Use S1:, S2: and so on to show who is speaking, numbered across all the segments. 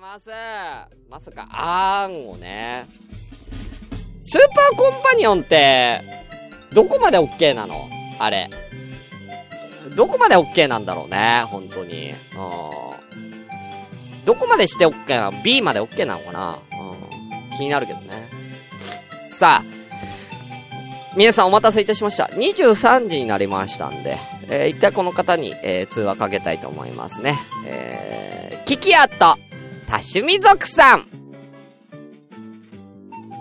S1: ますまさかあーんをねスーパーコンパニオンってどこまで OK なのあれどこまで OK なんだろうね本当にうんどこまでして OK なの ?B まで OK なのかなうん気になるけどねさあ皆さんお待たせいたしました。23時になりましたんで、えー、一回この方に、えー、通話かけたいと思いますね。えー、キキアと、多趣味族さん。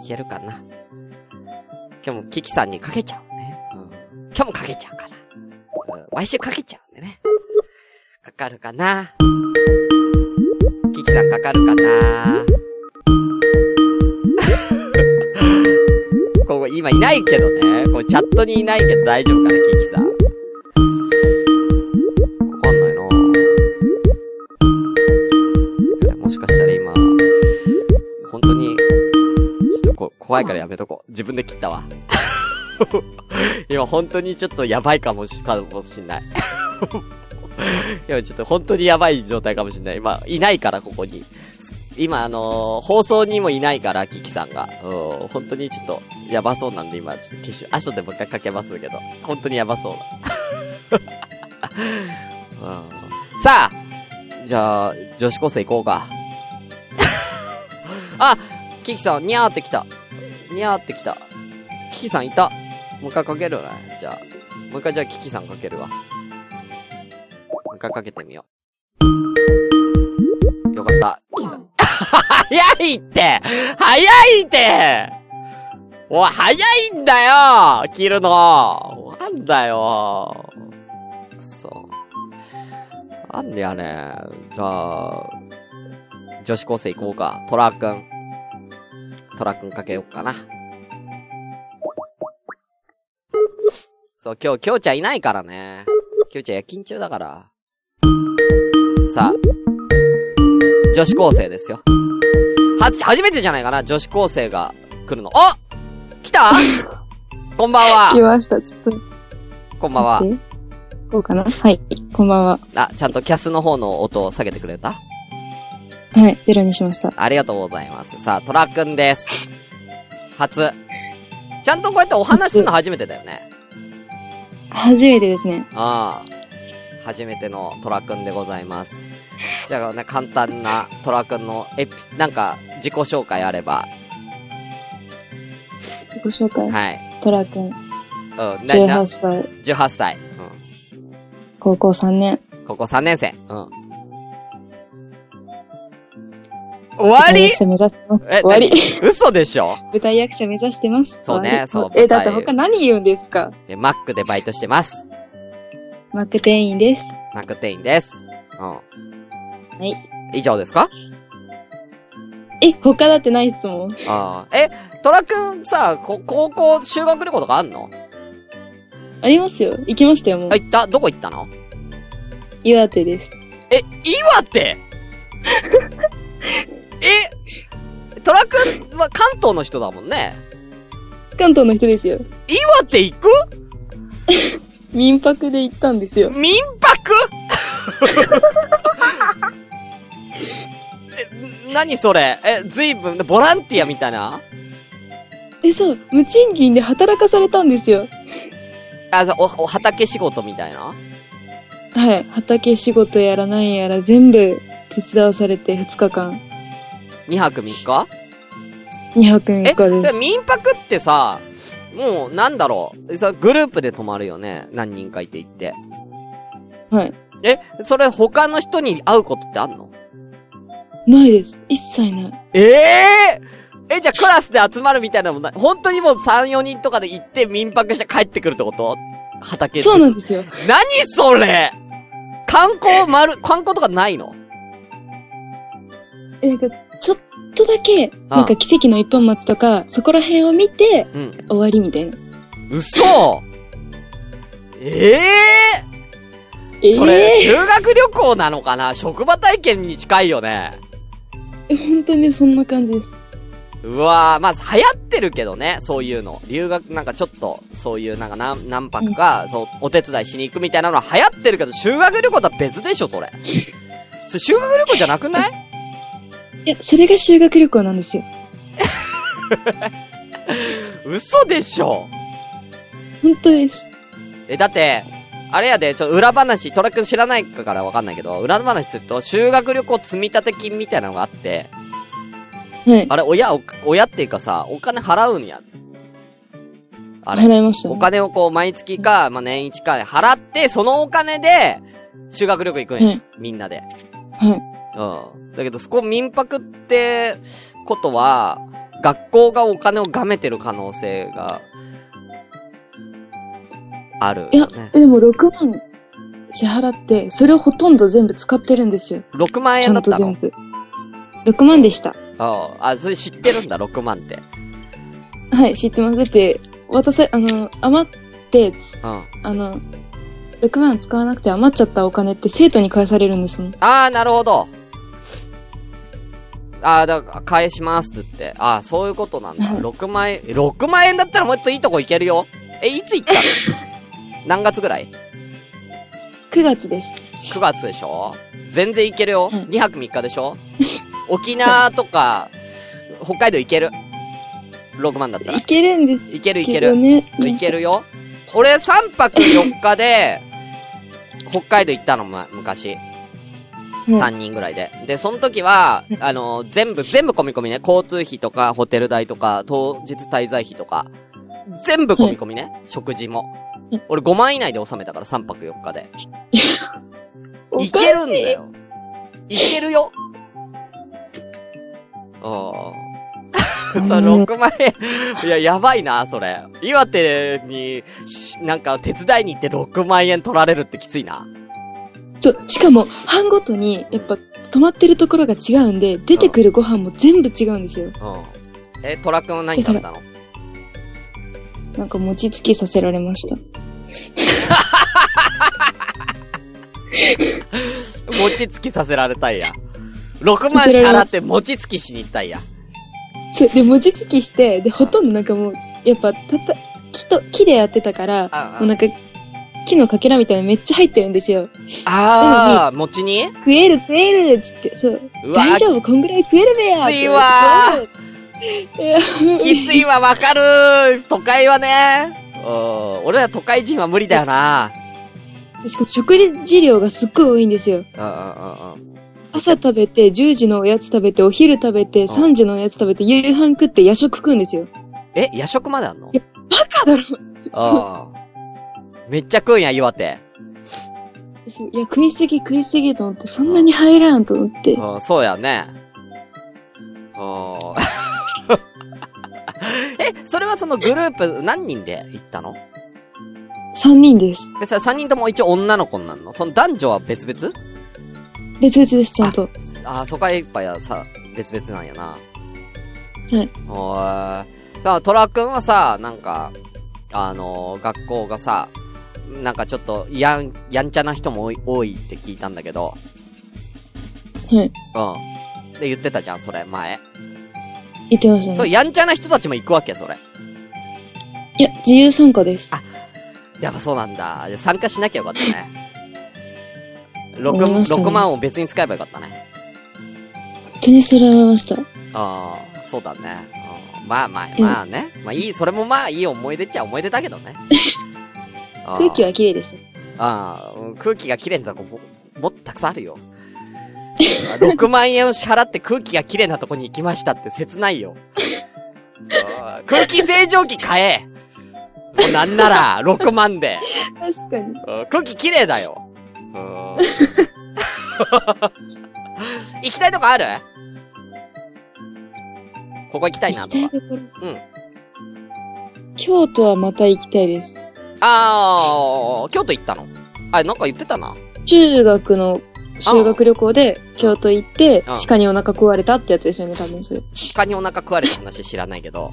S1: いけるかな今日もキキさんにかけちゃうね。うん、今日もかけちゃうから、うん。毎週かけちゃうんでね。かかるかなキキさんかかるかなここ今いないけどね。こうチャットにいないけど大丈夫かな、キキさん。わかんないなぁ。もしかしたら今、本当に、ちょっとこ怖いからやめとこう。自分で切ったわ。今本当にちょっとやばいかもし、かもしんない。今ちょっと本当にやばい状態かもしんない。今、いないから、ここに。今、あのー、放送にもいないから、キキさんが。うん、本当にちょっと、やばそうなんで、今、ちょっと消し、あとでもう一回かけますけど、本当にやばそうだ。うん、さあ、じゃあ、女子高生行こうか。 あ、キキさん、にゃーってきた。にゃーってきた。キキさんいた。もう一回かけるね。じゃあ、もう一回じゃあキキさんかけるわ。もう一回かけてみよう。よかった。キキさん。早いって早いっておい、早いんだよ切るのなんだよくそ。なんでやねじゃあ、女子高生行こうか。トラくん。トラくんかけようかな。そう、今日、きょうちゃんいないからね。きょうちゃん夜勤中だから。さあ、女子高生ですよ。は、初めてじゃないかな女子高生が来るの。あ来た こんばんは。
S2: 来ました、ちょっと。
S1: こんばんは。
S2: こうかなはい、こんばんは。
S1: あ、ちゃんとキャスの方の音を下げてくれた
S2: はい、ゼロにしました。
S1: ありがとうございます。さあ、トラくんです。初。ちゃんとこうやってお話するの初めてだよね。
S2: 初めてですね。
S1: ああ。初めてのトラくんでございます。じゃあね、簡単なトラくんのエピ、なんか、自己紹介あれば。
S2: 自己紹介
S1: はい。
S2: トラくん。うん、
S1: 18
S2: 歳。
S1: 18歳。
S2: うん。高校3年。
S1: 高校3年生。うん。終わり
S2: 終わり。
S1: 嘘でしょ
S2: 舞台役者目指してます。
S1: そうね、そう。
S2: え、だって他何言うんですか
S1: え、マックでバイトしてます。
S2: マック店員です。。
S1: マック店員です。うん。はい以上ですか
S2: え、他だってない質問。
S1: ああ。え、トラくんさ、こ、高校修学旅行とかあんの
S2: ありますよ。行きましたよ、もう。
S1: あ、行ったどこ行ったの
S2: 岩手です。
S1: え、岩手 えトラくんは関東の人だもんね。
S2: 関東の人ですよ。
S1: 岩手行く
S2: 民泊で行ったんですよ。
S1: 民泊え、何それえ、ずいぶん、ボランティアみたいな
S2: え、そう、無賃金で働かされたんですよ。
S1: あ、そう、お、お畑仕事みたいな
S2: はい、畑仕事やらなんやら全部手伝わされて2日間。
S1: 2泊3日
S2: ?2 泊3日です。
S1: え、民泊ってさ、もうなんだろう。さ、グループで泊まるよね。何人かいて行って。
S2: はい。
S1: え、それ他の人に会うことってあんの
S2: ないです。一切ない。
S1: ええー、え、じゃあクラスで集まるみたいなもんない。本当にもう3、4人とかで行って民泊して帰ってくるってこと畑
S2: そうなんですよ。
S1: 何それ観光丸、観光とかないの
S2: え、なんか、ちょっとだけ、なんか奇跡の一本松とか、そこら辺を見て、うん、終わりみたいな。
S1: 嘘ええー、えー、それ、修学旅行なのかな職場体験に近いよね。
S2: 本当にそんな感じです。
S1: うわぁ、まず、あ、流行ってるけどね、そういうの。留学、なんかちょっと、そういう、なんか何、何泊か、うん、そう、お手伝いしに行くみたいなのは流行ってるけど、修学旅行とは別でしょ、それ。それ修学旅行じゃなくない
S2: いや、それが修学旅行なんですよ。
S1: 嘘でしょ
S2: 本当です。
S1: え、だって、あれやで、ちょ、っと裏話、トラ君知らないからわかんないけど、裏話すると、修学旅行積立金みたいなのがあって、
S2: はい。
S1: あれ、親、お親っていうかさ、お金払うんや。あれ。
S2: 払いました、
S1: お
S2: ね。
S1: 金をこう、毎月か、まあ、年一かで払って、そのお金で、修学旅行行くんや。
S2: うん
S1: みんなで。
S2: は
S1: うん。だけど、そこ民泊って、ことは、学校がお金をがめてる可能性が、ある、ね。
S2: い。いや、でも6万支払って、それをほとんど全部使ってるんですよ。
S1: 6万
S2: ち
S1: 円
S2: ゃん
S1: だっ
S2: と
S1: た
S2: 全
S1: の
S2: 部。6万でした。
S1: ああ、それ知ってるんだ、6万って。
S2: はい、知ってます。だって、渡さ、あの、余って、
S1: うん。あ
S2: あの、6万使わなくて余っちゃったお金って生徒に返されるんですもん。
S1: あ、なるほど。ああ、だから、返しますって言って。ああ、そういうことなんだ。
S2: うん
S1: 6万円、6万円だったらもっといいとこ行けるよ。え、いつ 行ったの何月ぐらい
S2: 9月です。
S1: ?9 月でしょ全然行けるよ。
S2: うん
S1: 2泊3日でしょ沖縄とか、北海道行ける。6万だったら
S2: い。けるんです
S1: 行ける行
S2: け
S1: ける
S2: ど。ね。
S1: いけるよ。俺3泊4日で、北海道行ったの、ま、昔。
S2: うん
S1: 3人ぐらいで。で、その時は、あの、全部、全部込み込みね。交通費とか、ホテル代とか、当日滞在費とか。全部込み込みね。食事も
S2: うん。
S1: 俺5万以内で収めたから、3泊4日で。
S2: おかし
S1: いけるんだ。よ。いけるよ。ああ。 その6万円。いや、やばいな、それ。岩手に、しなんか手伝いに行って6万円取られるってきついな。
S2: そう、しかも、班ごとに、やっぱ、泊まってるところが違うんで、出てくるご飯も全部違うんですよ。
S1: うん。え、トラ君は何食べたの
S2: なんか餅つきさせられました。
S1: 餅つきさせられたいや。6万支払って餅つきしに行ったいや。
S2: そう、で、餅つきして、で、ほとんどなんかもう、やっぱ、たた、木と、木でやってたから、
S1: あ
S2: もうなんか、木のかけらみたいなのめっちゃ入ってるんですよ。
S1: あー、餅に
S2: 食える食えるっつって、そう。
S1: うわ
S2: 大丈夫こんぐらい食えるべや
S1: きついわ
S2: ー
S1: きついわ、わかるー都会はねうん。俺ら都会人は無理だよな。
S2: しかも食事量がすっごい多いんですよ。
S1: うんうんうんうん。
S2: 朝食べて、10時のおやつ食べて、お昼食べて、3時のおやつ食べて、夕飯食って夜食食うんですよ。
S1: え、夜食まであんの
S2: バカだろそ
S1: ああ。めっちゃ食うんや、岩手。
S2: うそう。いや、食いすぎ食いすぎと思って、そんなに入らんと思って。
S1: うん、そうやね。うん。 え、それはそのグループ何人で行ったの
S2: 3人です。
S1: え、それ3人とも一応女の子になるのその男女は別々
S2: 別々です、ちゃんと。
S1: ああ、そこはいっぱいはさ、別々なんやな。
S2: はい。
S1: おーい。さあ、トラくんはさ、なんか、あのー学校がさ、なんかちょっと、やん、やんちゃな人も多い多いって聞いたんだけど。
S2: はい。
S1: うん。で、言ってたじゃん、それ、前。
S2: 言ってました
S1: そう、
S2: ね。
S1: やんちゃな人たちも行くわけ、それ。
S2: いや、自由参加です。
S1: やっぱそうなんだ。じゃあ参加しなきゃよかった ね。
S2: 思いましたね
S1: 6、六万を別に使えばよかったね。
S2: 本当にそれ思いました。
S1: ああ、そうだね。うんまあまあ、まあね。まあいい、それもまあいい思い出っちゃ思い出だけどね。あ ー
S2: 空気は綺麗でした。
S1: あーうん空気が綺麗なとこも、もっとたくさんあるよ。6万円を支払って空気が綺麗なとこに行きましたって切な いよ。あー空気清浄機買えもうなんなら、6万で。
S2: 確かに。
S1: うん空気綺麗だよ。うん行きたいとこあるここ行きたいな
S2: 行
S1: と
S2: き
S1: か
S2: た。いところ。
S1: うん
S2: 京都はまた行きたいです。
S1: あー、京都行ったのあ、なんか言ってたな。
S2: 中学の修学旅行で京都行って
S1: うん、
S2: 鹿にお腹食われたってやつですよね、多分 それ。
S1: 鹿にお腹食われた話知らないけど。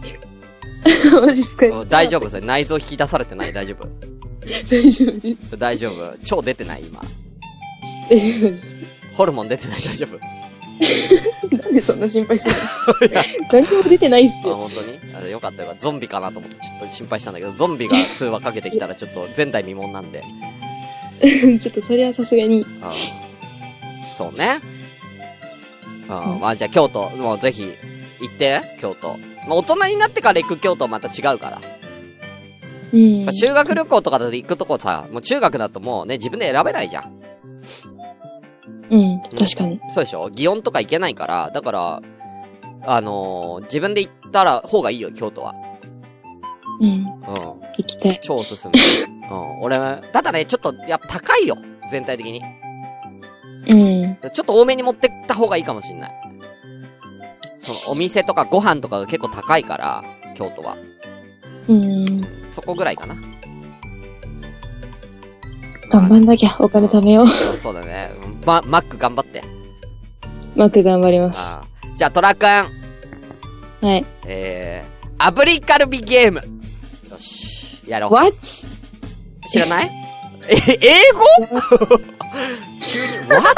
S2: マジっすか
S1: うん大丈夫それ内臓引き出されてない大丈夫
S2: 大丈夫です。
S1: 大丈夫腸出てない今。
S2: 大丈夫です。
S1: ホルモン出てない大丈夫
S2: なんでそんな心配してるんです か何にも出てないっす
S1: あ、
S2: よ。
S1: 本当にあよかったよかった。ゾンビかなと思ってちょっと心配したんだけど、ゾンビが通話かけてきたらちょっと前代未聞なんで。
S2: ちょっとそれはさすがに。
S1: うんそうね。あーまあじゃあ京都、もうぜひ、行って、京都。まあ大人になってから行く京都また違うから。
S3: うん
S1: まあ。修学旅行とかだと行くとこさ、もう中学だともうね、自分で選べないじゃん。
S3: うん。確かに。
S1: そうでしょ祇園とか行けないから、だから、あのー自分で行ったら方がいいよ、京都は。
S3: うん。
S1: うん。
S3: 行きたい。
S1: 超おすすめ。うん。俺は、ただね、ちょっと、やっぱ高いよ。全体的に。
S3: うん。
S1: ちょっと多めに持ってった方がいいかもしんない。その、お店とかご飯とかが結構高いから、京都は。
S3: うん。
S1: そこぐらいかな。
S3: 頑張んなきゃ、お金貯めよう。
S1: そうだね。ま、マック頑張って。
S3: マック頑張ります。
S1: あーじゃあ、トラくん。
S3: はい。
S1: えー、炙りカルビゲーム。よし。やろう。
S3: What?
S1: 知らないえ、英語 急に、what?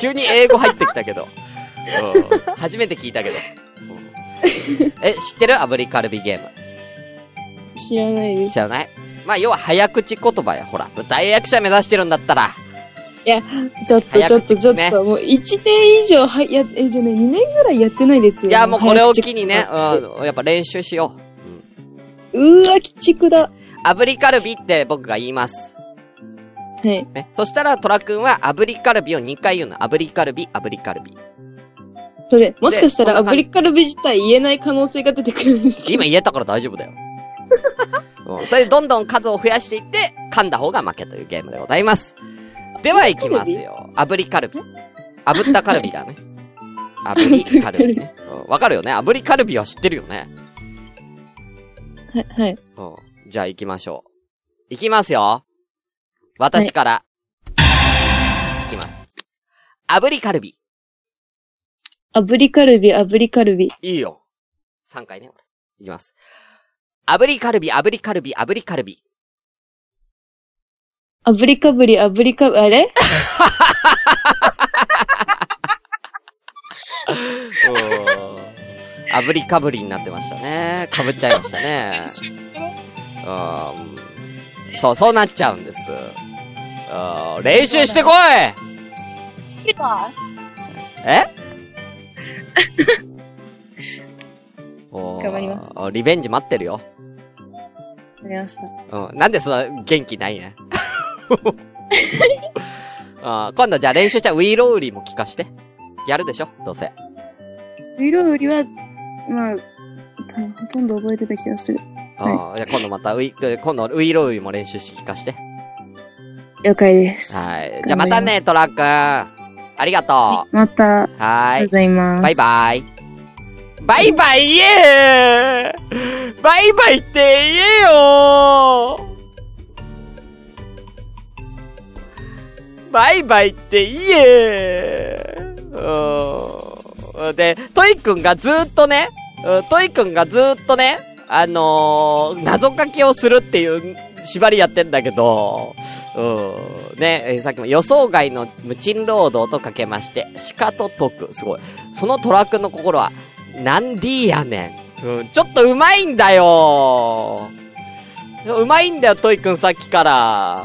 S1: 急に英語入ってきたけど。うん初めて聞いたけど。うんえ、知ってる炙りカルビゲーム。
S3: 知らないです。
S1: 知らないまあ、要は早口言葉や。ほら、舞台役者目指してるんだったら。
S3: ちょっと
S1: 早
S3: ちょっ
S1: 口
S3: とちょっ
S1: ね
S3: と、もう1年以上、はい、や、え、じゃね、2年ぐらいやってないですよ。
S1: いや、もうこれを機にね、
S3: 早口
S1: うん、やっぱ練習しよ
S3: うーわ、鬼畜だ。は
S1: う。炙りカルビって僕が言います。
S3: い。
S1: ね。そしたら、トラくんは炙りカルビを2回言うの。炙りカルビ、炙りカルビ。
S3: それで、もしかした
S1: そ
S3: ら、
S1: んな感じ
S3: 炙りカルビ自体言えない可能性が出てくるんですけど。
S1: 今言えたから大丈夫だよ。うんそれでどんどん数を増やしていって、噛んだ方が負けというゲームでございます。では行きますよ。炙りカルビ。炙ったカルビだね。炙りカルビね。うんわかるよね炙りカルビは知ってるよね。
S3: はい、 はい。
S1: うん。じゃあ行きましょう。行きますよ。私から。行きます。炙りカルビ。
S3: 炙りカルビ、炙りカルビ。
S1: いいよ。3回ね。俺行きます。炙りカルビ、炙りカルビ、炙りカルビ。
S3: 炙りかぶり、炙りかぶ、あれ
S1: 炙りかぶりになってましたね。かぶっちゃいましたね。うん。そう、そうなっちゃうんです。うん練習してこいえ
S3: 頑張ります
S1: おーリベンジ待ってるよ。
S3: ありました。
S1: うん。なんでその元気ない ね。あー今度じゃあ練習したウィーロウリも聞かして。やるでしょどうせ。
S3: ウイロウリは、まあ、ほとんど覚えてた気がする。
S1: ああ、じゃあ今度またウィ、え今度ウィーロウリも練習して聞かして。
S3: 了解です。
S1: はい。じゃあまたね、トラックありがとう。
S3: また、ありがとう
S1: はーい
S3: ご。ざいます。
S1: バイバイ。バイバイ言えバイバイって言えよバイバイって言えうーんで、トイくんがずーっとね、うんトイくんがずーっとね、あのー、謎かけをするっていう縛りやってんだけど、うん。ね、えーさっきも予想外の無賃労働とかけまして、鹿と解く。すごい。そのトラックの心は、なんでいやねん。うん、ちょっとうまいんだようまいんだよ、トイくんさっきから。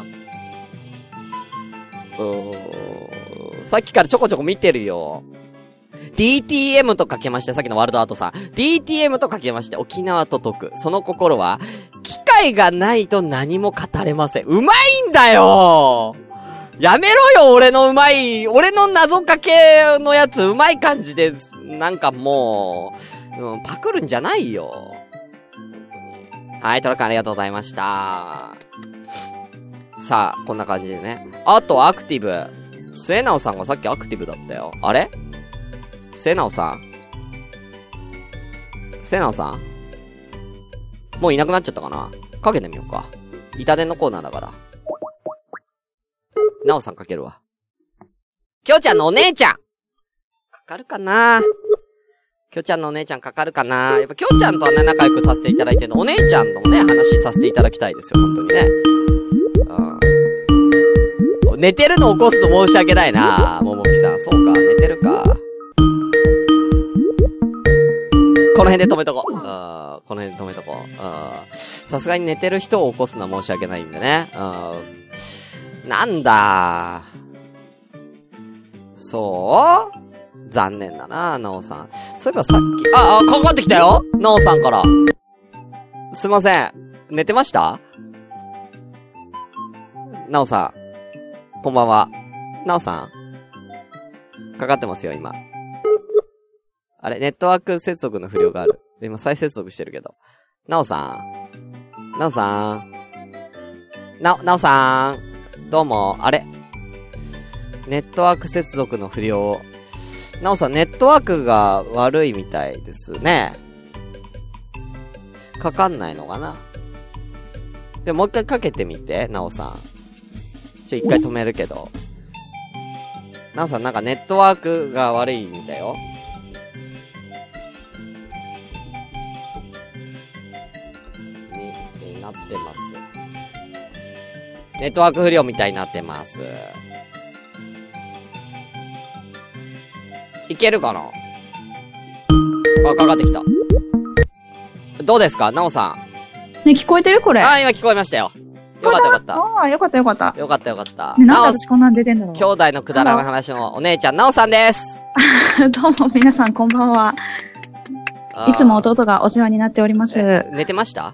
S1: うん。さっきからちょこちょこ見てるよ。DTM とかけまして、さっきのワールドアートさん。DTM とかけまして、沖縄と解く。その心は、機会がないと何も語れません。うまいんだよやめろよ、俺のうまい、俺の謎かけのやつ、うまい感じで、なんかもう、うん、パクるんじゃないよ。はい、トラックありがとうございました。さあ、こんな感じでね。あと、アクティブ。末直さんがさっきアクティブだったよ。あれ末直さん末直さんもういなくなっちゃったかなかけてみようか。痛手のコーナーだから。なおさんかけるわ。きょうちゃんのお姉ちゃんかかるかなきょうちゃんのお姉ちゃんかかるかなやっぱきょうちゃんとはね、仲良くさせていただいてるのお姉ちゃんのね、話させていただきたいですよ、本当にね。うん。寝てるの起こすと申し訳ないなももきさん。そうか、寝てるか。この辺で止めとこう。うん。この辺で止めとこう。うん。さすがに寝てる人を起こすのは申し訳ないんでね。うん。なんだ。そう残念だな、なおさん。そういえばさっき、あ、あ、かかってきたよなおさんから。すいません。寝てましたなおさん。こんばんは。なおさん。かかってますよ、今。あれ、ネットワーク接続の不良がある。今再接続してるけど。なおさん。なおさん。な、なおさん。どうも、あれ。ネットワーク接続の不良。なおさん、ネットワークが悪いみたいですね。かかんないのかなで、もう一回かけてみて、なおさん。ちょ、一回止めるけど。なおさん、なんかネットワークが悪いみたいよ。に、になってます。ネットワーク不良みたいになってます。いけるかなあ、かかってきた。どうですかなおさん。
S2: ね、聞こえてるこれ。
S1: あ、今聞こえましたよ。よかったよかった。
S2: ああ、よかったよかった。
S1: よかったよかった。
S2: ね、なん
S1: なお
S2: で、私こんなん出てんだろう。
S1: 兄弟のくだらない話のお姉ちゃん、なおさんです。
S2: どうも皆さんこんばんは。
S1: あー
S2: いつも弟がお世話になっております
S1: え。寝てました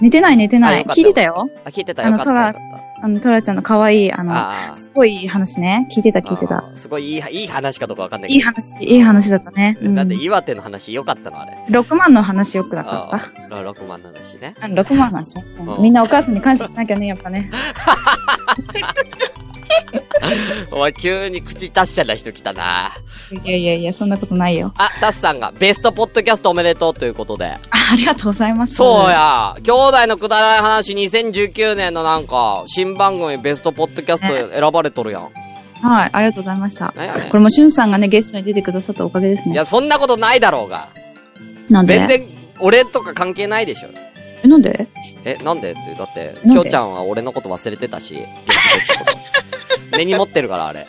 S2: 寝てない寝てな
S1: あよ
S2: い。
S1: かった
S2: 聞いてたよ。
S1: あ、聞いてた
S2: あ
S1: よ
S2: の
S1: かったよ
S2: ト
S1: か
S2: ラ
S1: った。
S2: あの、トラちゃんの可愛い、あの、
S1: あー
S2: すごい話ね。聞いてた聞いてた。
S1: あーすごいいい、いい話かどうかわかんない
S2: いい
S1: けど。
S2: 話、いい話だったね。うん
S1: だって岩手の話良かったのあれ。
S2: 6万の話よくなか
S1: あ
S2: っ
S1: ーロ6万の話ね。
S2: た。うん6万の話ね
S1: う。ん
S2: みんなお母さんに感謝しなきゃね、やっぱ ね。
S1: お前急に口達者な人来たな。
S2: いやいやいや、そんなことないよ。
S1: あ、タスさんがベストポッドキャストおめでとうということで。
S2: あありがとうございます。
S1: そう。や、兄弟のくだらない話2019年のなんか、新番組ベストポッドキャスト選ばれとるやん。
S2: はい、ありがとうございました。
S1: なんやねん
S2: これもしゅんさんがね、ゲストに出てくださったおかげです
S1: い
S2: ね。
S1: や、そんなことないだろうが。
S2: なんで
S1: 全然、俺とか関係ないでしょ。
S2: えなんで
S1: え、なんでって、だって、
S2: で
S1: きょうちゃんは俺のこと忘れてたし、根に持ってるから、あれ。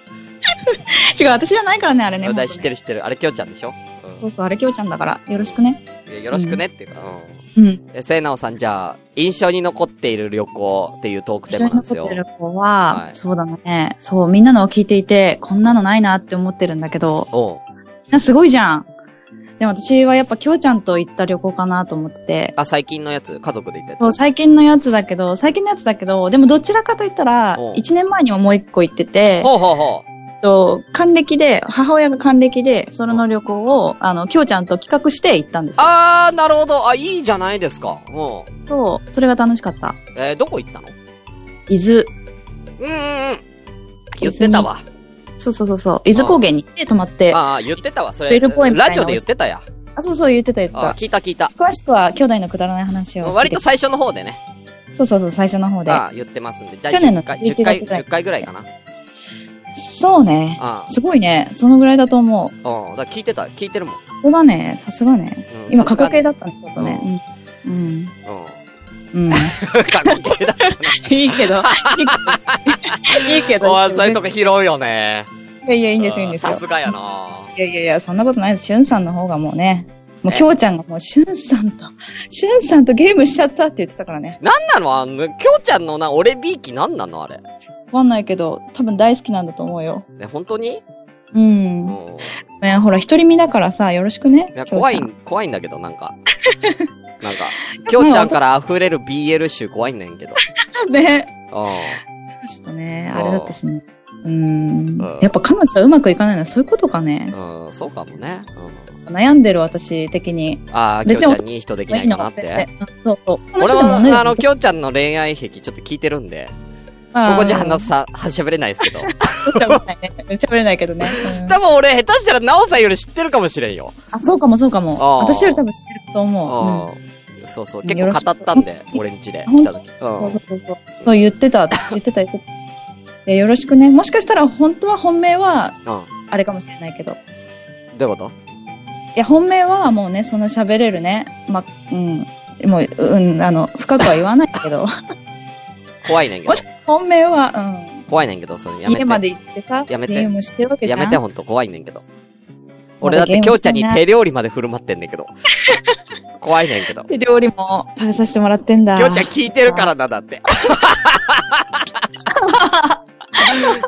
S2: 違う、私じゃないからね、あれね。
S1: 俺
S2: 本
S1: 知っ
S2: 当
S1: て
S2: ね
S1: る知ってる。あれきょうちゃんでしょ
S2: そうそう、あれ、きょうちゃんだから、よろしくね。
S1: うんいや。よろしくねっていうか、う
S2: うん。
S1: ん。え、せいなおさん、じゃあ、印象に残っている旅行っていうトークテ
S2: 一緒
S1: ーマ
S2: に
S1: なんです
S2: 残っ
S1: よ
S2: て。る子は、
S1: はい
S2: そうだね。そう、みんなのを聞いていて、こんなのないなって思ってるんだけど、
S1: おう
S2: みんなすごいじゃん。でも私はやっぱきょうちゃんと行った旅行かなと思ってて、
S1: あ、最近のやつ家族で行った
S2: そ
S1: や
S2: う、
S1: つ
S2: 最近のやつだけど、最近のやつだけど、でもどちらかといったら
S1: おう、
S2: 1年前にももう一個行ってて、
S1: ほうほうほう。
S2: えっと、還暦で、母親が還暦で、その旅行を、あの、きょうちゃんと企画して行ったんですよ。
S1: あー、なるほど。あ、いいじゃないですか。うん。
S2: そう、それが楽しかった。
S1: えーどこ行ったの
S2: 伊豆。
S1: うんうんうん。言ってたわ。
S2: そうそうそうそう。伊豆高原に行って泊まって。あ
S1: ああ、言ってたわ。それ、
S2: ベル公園みたいな
S1: ラジオで言ってたや。
S2: そうそう、言ってた言って
S1: あ
S2: た
S1: ー。聞いた聞いた。
S2: 詳しくは、兄弟のくだらない話を。
S1: 割と最初の方でね。
S2: そうそうそう、最初の方で。
S1: ああ、言ってますんで。じゃあ、
S2: 去年の
S1: 10回、
S2: 11
S1: 10回、
S2: 月ぐらい
S1: 10回ぐらいかな。
S2: そうね。
S1: あ
S2: すごいね。そのぐらいだと思う。さ
S1: あ、うん。だから聞いてた、聞いてるもん。う
S2: すがね、さすがね。
S1: ん
S2: 今、
S1: さ
S2: 過
S1: すが
S2: 去形
S1: に
S2: だったね、ちょっとね。うん。
S1: うん。
S2: うん。うん。
S1: 過去形だ。
S2: いいけど。いいけど。
S1: おい、そういうとこ拾うよね。
S2: いやいや、いいんですよ、いいんです
S1: さ
S2: よ
S1: す。がやない
S2: やいやいや、そんなことないです。しゅんさんの方がもうね。もう、
S1: え
S2: きょうちゃんがもう、しゅんさんと、しゅんさんとゲームしちゃったって言ってたからね。
S1: なんなのあの、きょうちゃんのな、俺びいきなんなのあれ。
S2: わかんないけど、多分大好きなんだと思うよ。
S1: ね、本当に
S2: うん。
S1: うん。
S2: ねほら、独り身だからさ、よろしくね。
S1: いや、
S2: きょう
S1: 怖
S2: ち
S1: い
S2: ゃん
S1: ん、怖いんだけど、なんか。なんか、きょうちゃんから溢れる BL 集怖いんねんけど。
S2: ね。
S1: う
S2: ちょっとね、
S1: うん
S2: あれだったしね。うーん
S1: うん。
S2: やっぱ彼女とうまくいかないのはそういうことかね。
S1: ん。うん、そうかもね。うん。
S2: 悩んでる私的に。
S1: ああ、きょう
S2: 別
S1: ち
S2: に
S1: ゃんにいい人できないかなって。。
S2: うんそうそう。
S1: 俺も、
S2: 同じだよ
S1: あの、きょうちゃんの恋愛癖ちょっと聞いてるんで。
S2: あー
S1: ここじゃ話さ、はしゃべれないです けど。
S2: 喋れないね喋れないけどね。うん
S1: 多分俺、下手したら、なおさんより知ってるかもしれんよ。
S2: あ、そうかもそうかも。
S1: あー
S2: 私より多分知ってると思う。
S1: うん。そうそう。
S2: うん
S1: 結構語ったんで、俺んちで。来た時。
S2: うん
S1: う
S2: そ
S1: ん
S2: う。そうそう。そう言ってた、言ってた、言ってた。いやよろしくね。もしかしたら本当は本命は、
S1: う
S2: あれかもしれないけど。
S1: ん。どういうこと
S2: いや、本命はもうね、そんな喋れるね。ま、うん。もう、うん、あの、深くは言わないけど。
S1: 怖いねんけど
S2: も。し本命は、うん。
S1: 怖いねんけど、それやめて。
S2: 家まで行ってさ、
S1: やめて
S2: ゲームしてるわけじゃ
S1: や
S2: ん。
S1: めて、ほんと。怖いねんけど。俺だって、きょうちゃんに手料理まで振る舞ってんねんけど。 怖いねんけど。き
S2: で料理も食べさせてもらってんだ。
S1: ょうちゃん聞いてるからな、だって。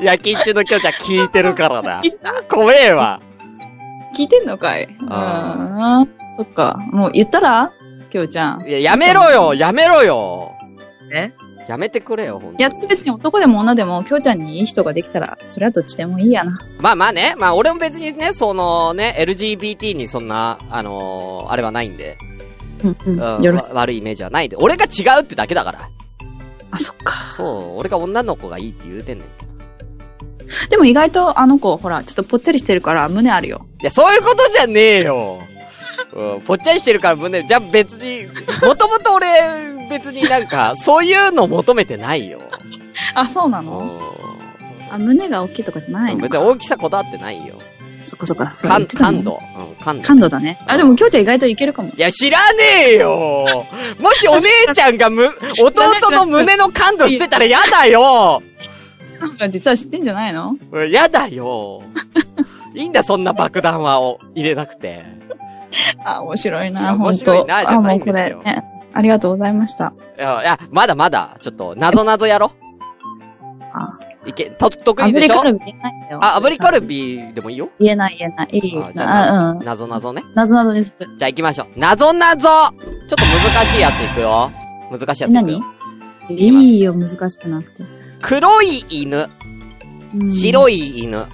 S1: 夜勤中のきょうちゃん聞いてるから な
S2: 聞い。てた
S1: 怖えわ。
S2: 聞いてんのかいうん。
S1: あ
S2: そっか。もう言ったらきょうちゃん。
S1: いや、やめろよやめろよ
S2: え
S1: やめてくれよ、ほん
S2: い
S1: と
S2: や、別に男でも女でも、きょうちゃんにいい人ができたら、それはどっちでもいいやな。
S1: まあまあね、まあ俺も別にね、そのね、LGBT にそんな、あのーあれはないんで、
S2: うん
S1: うん
S2: よろしく。
S1: わ悪いイメージはないで、俺が違うってだけだから。
S2: あ、そっか。
S1: そう、俺が女の子がいいって言うてんねんけど。い
S2: でも意外とあの子、ほら、ちょっとぽっちゃりしてるから、胸あるよ。
S1: や、そういうことじゃねえようん、ぽっちゃりしてるから胸、じゃあ別に、もともと俺、別になんか、そういうの求めてないよ。
S2: あ、そうな
S1: う
S2: の
S1: ん。
S2: あ、胸が大きいとかじゃないの
S1: 別に
S2: か。
S1: 大きさこだわってないよ。
S2: そっかそっか。そう
S1: 感
S2: 言ってた
S1: 感
S2: ね
S1: 度。うん、感度。
S2: 感度だね。あ、でもきょうちゃん意外といけるかも。
S1: いや、知らねえよもしお姉ちゃんがむ、弟の胸の感度してたらやだよ
S2: 実は知ってんじゃないの
S1: うんやだよいいんだ、そんな爆弾はを入れなくて。
S2: あ、面白い
S1: いや
S2: な、ほ
S1: 面
S2: ん
S1: 白い
S2: と。
S1: なじゃ
S2: あ、
S1: な
S2: も
S1: い
S2: うん
S1: で
S2: こ
S1: す
S2: れ
S1: よ、
S2: ね。ありがとうございました。
S1: いや、いやまだまだ、ちょっと、なぞなぞやろ。
S2: あ
S1: いけ、と、得
S2: ア
S1: 意
S2: ブ
S1: で
S2: リ
S1: しょ
S2: カルビ言えないんだよ。
S1: あ、炙りカルビでもいいよ
S2: 言えない言えない。いい。
S1: あじゃ
S2: あ、うん。
S1: なぞなぞね。
S2: なぞなぞです。
S1: じゃあ行きましょう。なぞなぞちょっと難しいやついくよ。難しいやついくよ
S2: 何。いいよ、難しくなくて。
S1: 黒い犬、白い犬、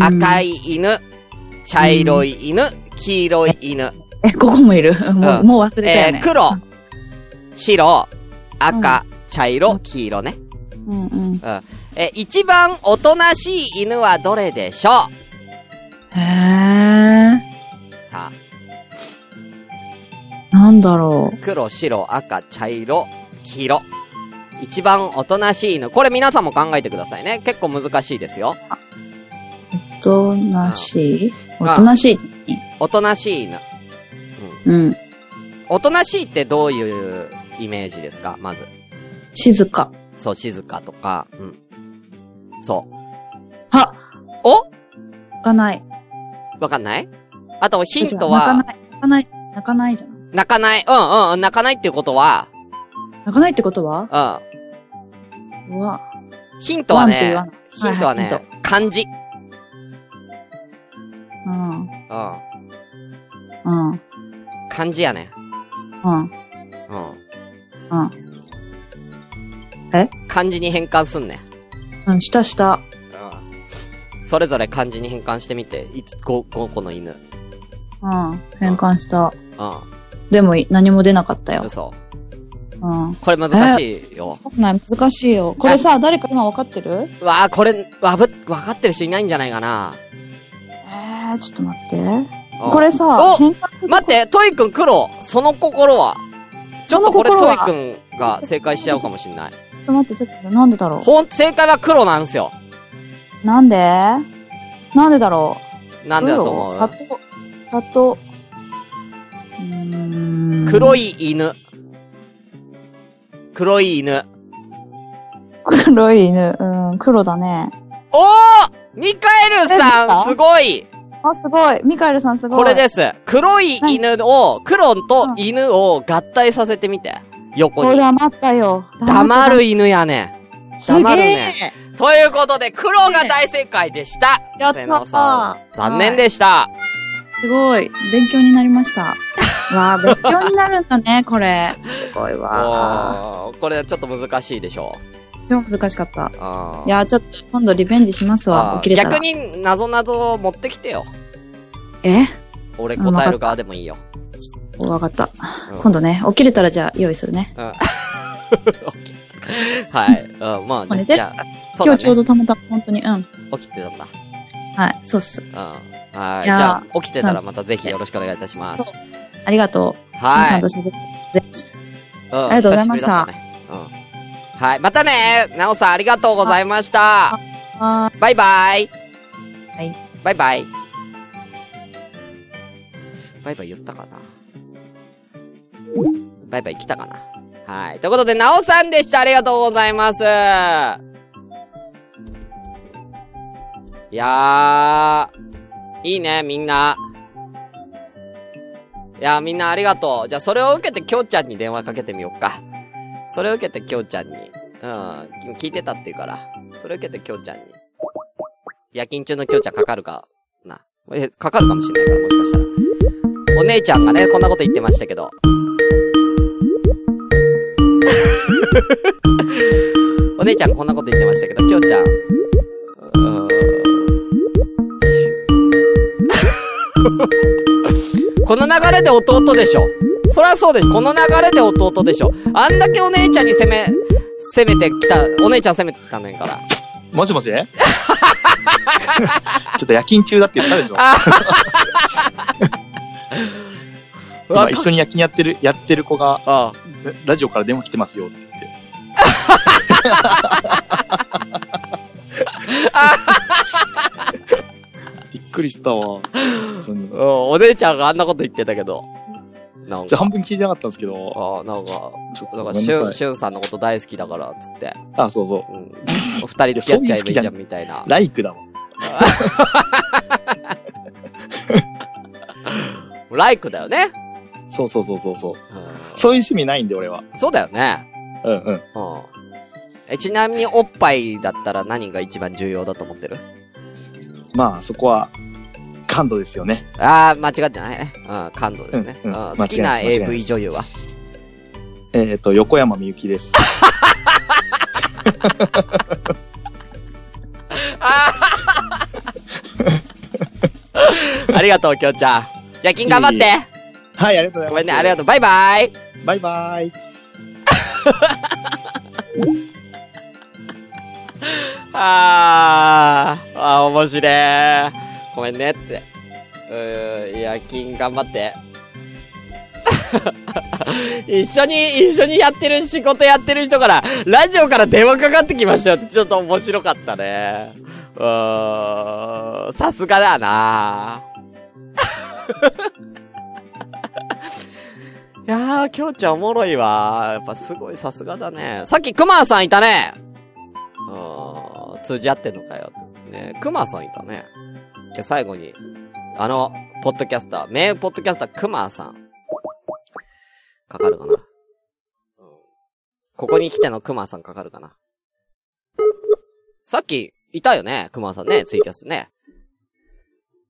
S1: 赤
S2: い。
S1: い犬、茶色い犬、黄色い犬。
S2: え、ここもいる。 も
S1: う
S2: うんもう忘れた
S1: え
S2: よね
S1: ー、。黒、白、赤、茶色、黄色ね。
S2: うんうん。
S1: えー、一番おとなしい犬はどれでしょう
S2: へえ。
S1: さあ、
S2: なんだろ
S1: 黒、白、赤、茶色、黄色。一番おとなしい犬。これ皆さんも考えてくださいね。結構難しいですよ。
S2: う。おとなしい
S1: あ
S2: おとなしい。
S1: おとなしい犬。
S2: うん。
S1: おとなしいってどういうイメージですかまず。
S2: 静か。
S1: そう、静かとか。うん。そう。
S2: は、
S1: お
S2: 泣かない。
S1: わかんないあと、ヒント
S2: 泣
S1: は、
S2: かない。泣かない。泣かないじゃん。
S1: 泣かない。うんうんうん、泣かないっていうことは、
S2: 泣かないってことは
S1: う
S2: うわ。
S1: ん。ヒントは
S2: ワンって言
S1: ね
S2: わない、
S1: ヒントはね、
S2: はいはい
S1: 漢字。うん。
S2: うん。うん。
S1: 漢字やね。
S2: うん。
S1: うん。
S2: うん。
S1: 漢字に変換すんね。
S2: うん。下下。
S1: うん。それぞれ漢字に変換してみて、いつ、5、五個の犬。
S2: うん。変換した。
S1: う
S2: でもい何も出なかった
S1: ん。
S2: よ。
S1: 嘘。
S2: うん。
S1: これ難しいよ。
S2: 難しいよ。これさ、誰か今分かってる
S1: うわあ、これ、わぶ、わかってる人いないんじゃないかな。
S2: えー、ちょっと待って。
S1: うん
S2: これさ
S1: お、
S2: 変換
S1: 待って、トイくん黒、その心は。ちょっとこれ
S2: その
S1: トイ
S2: 心は
S1: くんが正解しちゃうかもしんない。
S2: ちょっと待って、ちょっとなんでだろ
S1: ほん、正解は黒なんすよ。
S2: う。なんでなんでだろ
S1: な
S2: う。
S1: んでだと思う
S2: 砂糖、砂糖。うーん。
S1: 黒
S2: い。
S1: い犬。黒い犬。
S2: 黒い犬。うん、黒だね。
S1: おーミカエル
S2: え
S1: さ
S2: ど
S1: ん
S2: う
S1: すごい
S2: あ、すごい。ミカエルさんすごい。
S1: これです。黒い犬を、黒と犬を合体させてみて。
S2: こ
S1: 横
S2: れ
S1: に。
S2: 黙ったよ。
S1: 黙る犬やね。
S2: すげえ
S1: 黙るね。ということで、黒が大正解でした。
S2: やった
S1: 瀬野さん。残念でした。
S2: すごい。勉強になりま した。わあ、勉強になるんだね、これ。すごいわあ。
S1: おーこれちょっと難しいでしょ
S2: 超難しかった
S1: う。。あー
S2: いや、ちょっと今度リベンジしますわ。
S1: あ
S2: 起き
S1: ー
S2: れたら。
S1: 逆に、なぞなぞ持ってきてよ。
S2: え
S1: 俺答える側でもいいよ。
S2: おわかった。
S1: うん
S2: 今度ね、起きれたらじゃあ用意するね。
S1: はい。うん、まあ、
S2: う
S1: ね、
S2: ね
S1: じゃあ、そ
S2: 今
S1: うだね
S2: 日ちょうどたまたま本当に、うん。
S1: 起きてたんだ。
S2: はい、そうっす。
S1: うん。はい。
S2: い
S1: じ
S2: やー
S1: ゃあ、起きてたらまたぜひよろしくお願いいたします。
S2: ありがとう。しん
S1: は
S2: さ
S1: い
S2: んと。喋ってです。
S1: あ
S2: ありがとうございました
S1: うん。はい。またねなおさんありがとうございました。
S2: は
S1: バイバイ。
S2: はい。
S1: バイバイ。バイバイ言ったかなバイバイ来たかなはい。ということで、なおさんでした。ありがとうございます。いやー、いいね、みんな。いやー、みんなありがとう。じゃあ、それを受けて、きょうちゃんに電話かけてみようか。それを受けて、きょうちゃんに。うん、聞いてたって言うから。それを受けて、きょうちゃんに。夜勤中のきょうちゃんかかるかな。え、かかるかもしれないから、もしかしたら。お姉ちゃんがね、こんなこと言ってましたけど。 お姉ちゃんこんなこと言ってましたけど、きょうちゃん。うーんこの流れで弟でしょ。そりゃそうでしょ。この流れで弟でしょ。あんだけお姉ちゃんに攻め、攻めてきた、お姉ちゃん攻めてきたねんから。
S4: もしもし ちょっと夜勤中だって言ったでしょ 今一緒に夜勤やってる、やってる子が、
S1: ああ。
S4: ララジオから電話来てますよって言 って。びっくりしたわ。本当に
S1: うん、お姉ちゃんがあんなこと言ってたけど。なん
S4: じ
S1: か、
S4: ゃあ半分聞いてなかったんですけど、
S1: ああ、なんか、
S4: ちょっと
S1: なん
S4: ご
S1: か、
S4: めん
S1: しゅ、
S4: なんさい。
S1: しゅんさんのこと大好きだから、つって。
S4: あ、そうそう。
S1: うん。お二人付き合っちゃえばいいじゃん、みたいな。
S4: ライクだもん。
S1: ライクだよね。
S4: そうそうそうそうそう。
S1: うん
S4: そういう趣味ないんで、俺は。
S1: そうだよね。
S4: うんうん。
S1: うん。え、ちなみに、おっぱいだったら何が一番重要だと思ってる
S4: まあ、そこは、感度ですよね。
S1: ああ、間違ってないね。うん、感動ですね。
S4: う
S1: うんん
S4: うん
S1: 好きな
S4: 間違いない
S1: AV 女優は
S4: えっ、と、横山みゆきです。
S1: ありがとう、きょうちゃん。夜勤頑張っ
S4: いえい
S1: て
S4: はい、ありがとうございます。
S1: ごめんね、ありがとう。バイバイ
S4: う。バイバイ。
S1: あー、あー、面白い。ごめんねって。うー、夜勤頑張って。 一緒に、一緒にやってる仕事やってる人から、ラジオから電話かかってきましたよって、ちょっと面白かったね。うーん、さすがだな いやー、きょうちゃんおもろいわ。やっぱすごいさすがだね。さっきくまさんいたねあー通じ合ってんのかよ。ね、クマさんいたね。じゃ、最後に、あの、ポッドキャスター、名ポッドキャスター、クマさん。かかるかな。うんここに来てのクマさんかかるかな。さっき、いたよね、クマさんね、ツイキャスね。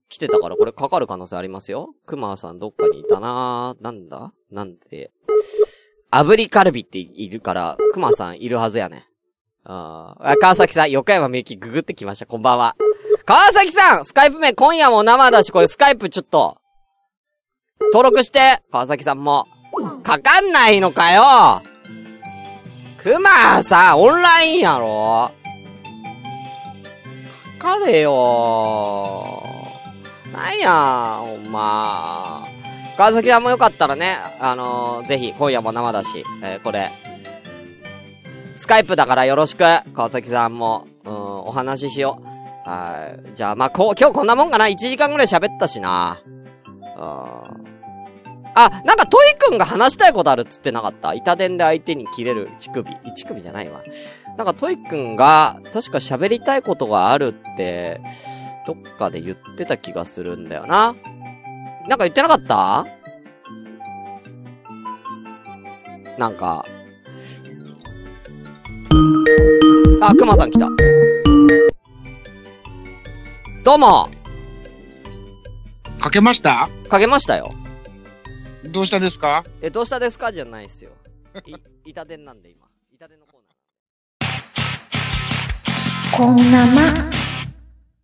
S1: 来てたからこれかかる可能性ありますよ。クマさんどっかにいたなーなんだなんで。炙りカルビっているから、クマさんいるはずやね。あーあ、川崎さん、横山みゆきググってきました。こんばんは。川崎さんスカイプ名今夜も生だし、これスカイプちょっと、登録して川崎さんも。かかんないのかよくまーさん、オンラインやろかかれよなんや、ほんま。川崎さんもよかったらね、あのーぜひ、今夜も生だし、えーこれ、スカイプだからよろしく、川崎さんも、うん、お話ししよう。はい。じゃあ、まあ、こう、今日こんなもんかな ?1 時間ぐらい喋ったしな。うん。あ、なんかトイくんが話したいことあるっつってなかった板伝で相手に切れる乳首。乳首じゃないわ。なんかトイくんが、確か喋りたいことがあるって、どっかで言ってた気がするんだよな。なんか言ってなかったなんか、あ、くまさん来た。どうも、
S5: かけました
S1: かけましたよ。
S5: どうしたんですか
S1: え、どうしたですかじゃないっすよ。い、 板伝なんで今。板伝のコーナー。
S6: こんなま。